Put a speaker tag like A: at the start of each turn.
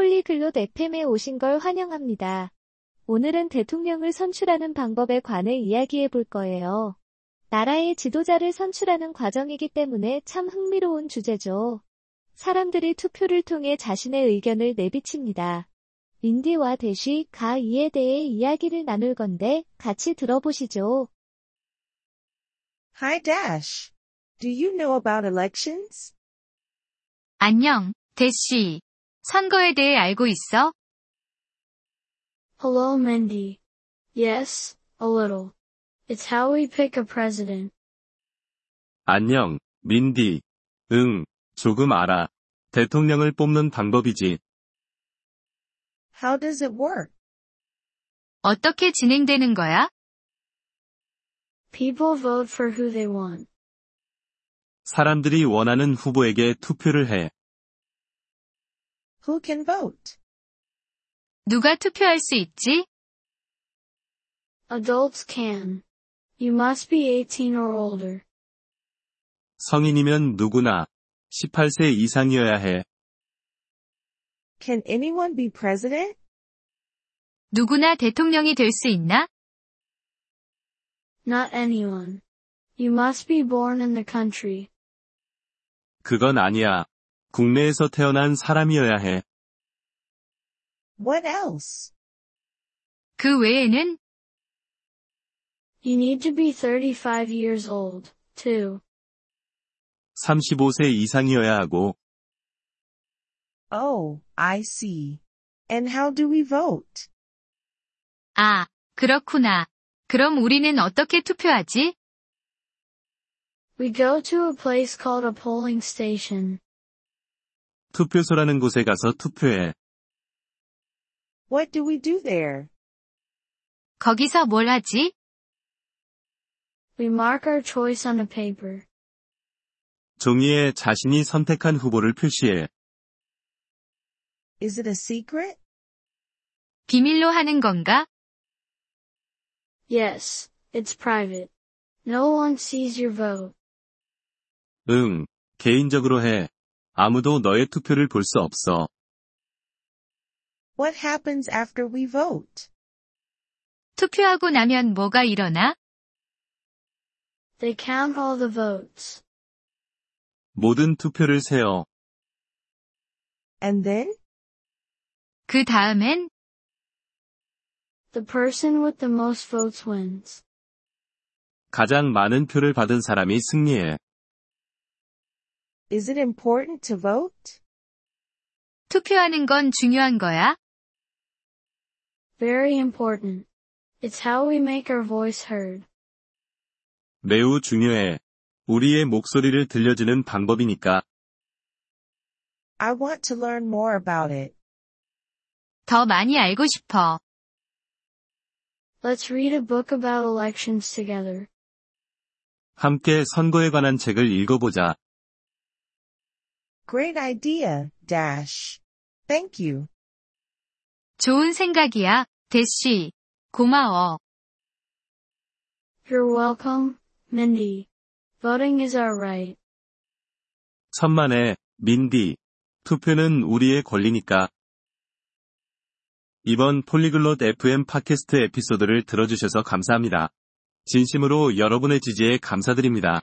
A: 폴리글롯 FM에 오신 걸 환영합니다. 오늘은 대통령을 선출하는 방법에 관해 이야기해 볼 거예요. 나라의 지도자를 선출하는 과정이기 때문에 참 흥미로운 주제죠. 사람들이 투표를 통해 자신의 의견을 내비칩니다. 인디와 대쉬, 가 이에 대해 이야기를 나눌 건데 같이 들어보시죠.
B: Hi Dash. Do you know about elections?
C: 안녕, 대시. 선거에 대해 알고 있어?
D: Hello, Mindy. Yes, a little. It's how we pick a president.
E: 안녕, 민디. 응, 조금 알아. 대통령을 뽑는 방법이지.
B: How does it work?
C: 어떻게 진행되는 거야?
D: People vote for who they want.
E: 사람들이 원하는 후보에게 투표를 해.
B: Who can vote?
C: 누가 투표할 수 있지?
D: Adults can. You must be 18 or older.
E: 성인이면 누구나 18세 이상이어야 해.
B: Can anyone be president?
C: 누구나 대통령이 될 수 있나?
D: Not anyone. You must be born in the country.
E: 그건 아니야. 국내에서 태어난 사람이어야 해.
B: What else?
C: 그 외에는
D: You need to be 35 years old, too.
E: 35세 이상이어야 하고,
B: Oh, I see. And how do we vote?
C: 아, 그렇구나. 그럼 우리는 어떻게 투표하지?
D: We go to a place called a polling station.
E: 투표소라는 곳에 가서 투표해.
B: What do we do there?
C: 거기서 뭘 하지?
D: We mark our choice on a paper.
E: 종이에 자신이 선택한 후보를 표시해.
B: Is it a secret?
C: 비밀로 하는 건가?
D: Yes, it's private. No one sees your vote.
E: 응, 개인적으로 해. 아무도 너의 투표를 볼 수 없어.
B: What happens after we vote?
C: 투표하고 나면 뭐가 일어나?
D: They count all the votes.
E: 모든 투표를 세어.
B: And then?
C: 그 다음엔
D: The person with the most votes wins.
E: 가장 많은 표를 받은 사람이 승리해.
B: Is it important to vote?
C: 투표하는 건 중요한 거야?
D: Very important. It's how we make our voice heard.
E: 매우 중요해. 우리의 목소리를 들려주는 방법이니까.
B: I want to learn more about it.
C: 더 많이 알고 싶어.
D: Let's read a book about elections together.
E: 함께 선거에 관한 책을 읽어보자.
B: Great idea, Dash. Thank you.
C: 좋은 생각이야, 대시. 고마워.
D: You're welcome, Mindy. Voting is our right.
E: 천만에, 민디. 투표는 우리의 권리니까. 이번 폴리글롯 FM 팟캐스트 에피소드를 들어주셔서 감사합니다. 진심으로 여러분의 지지에 감사드립니다.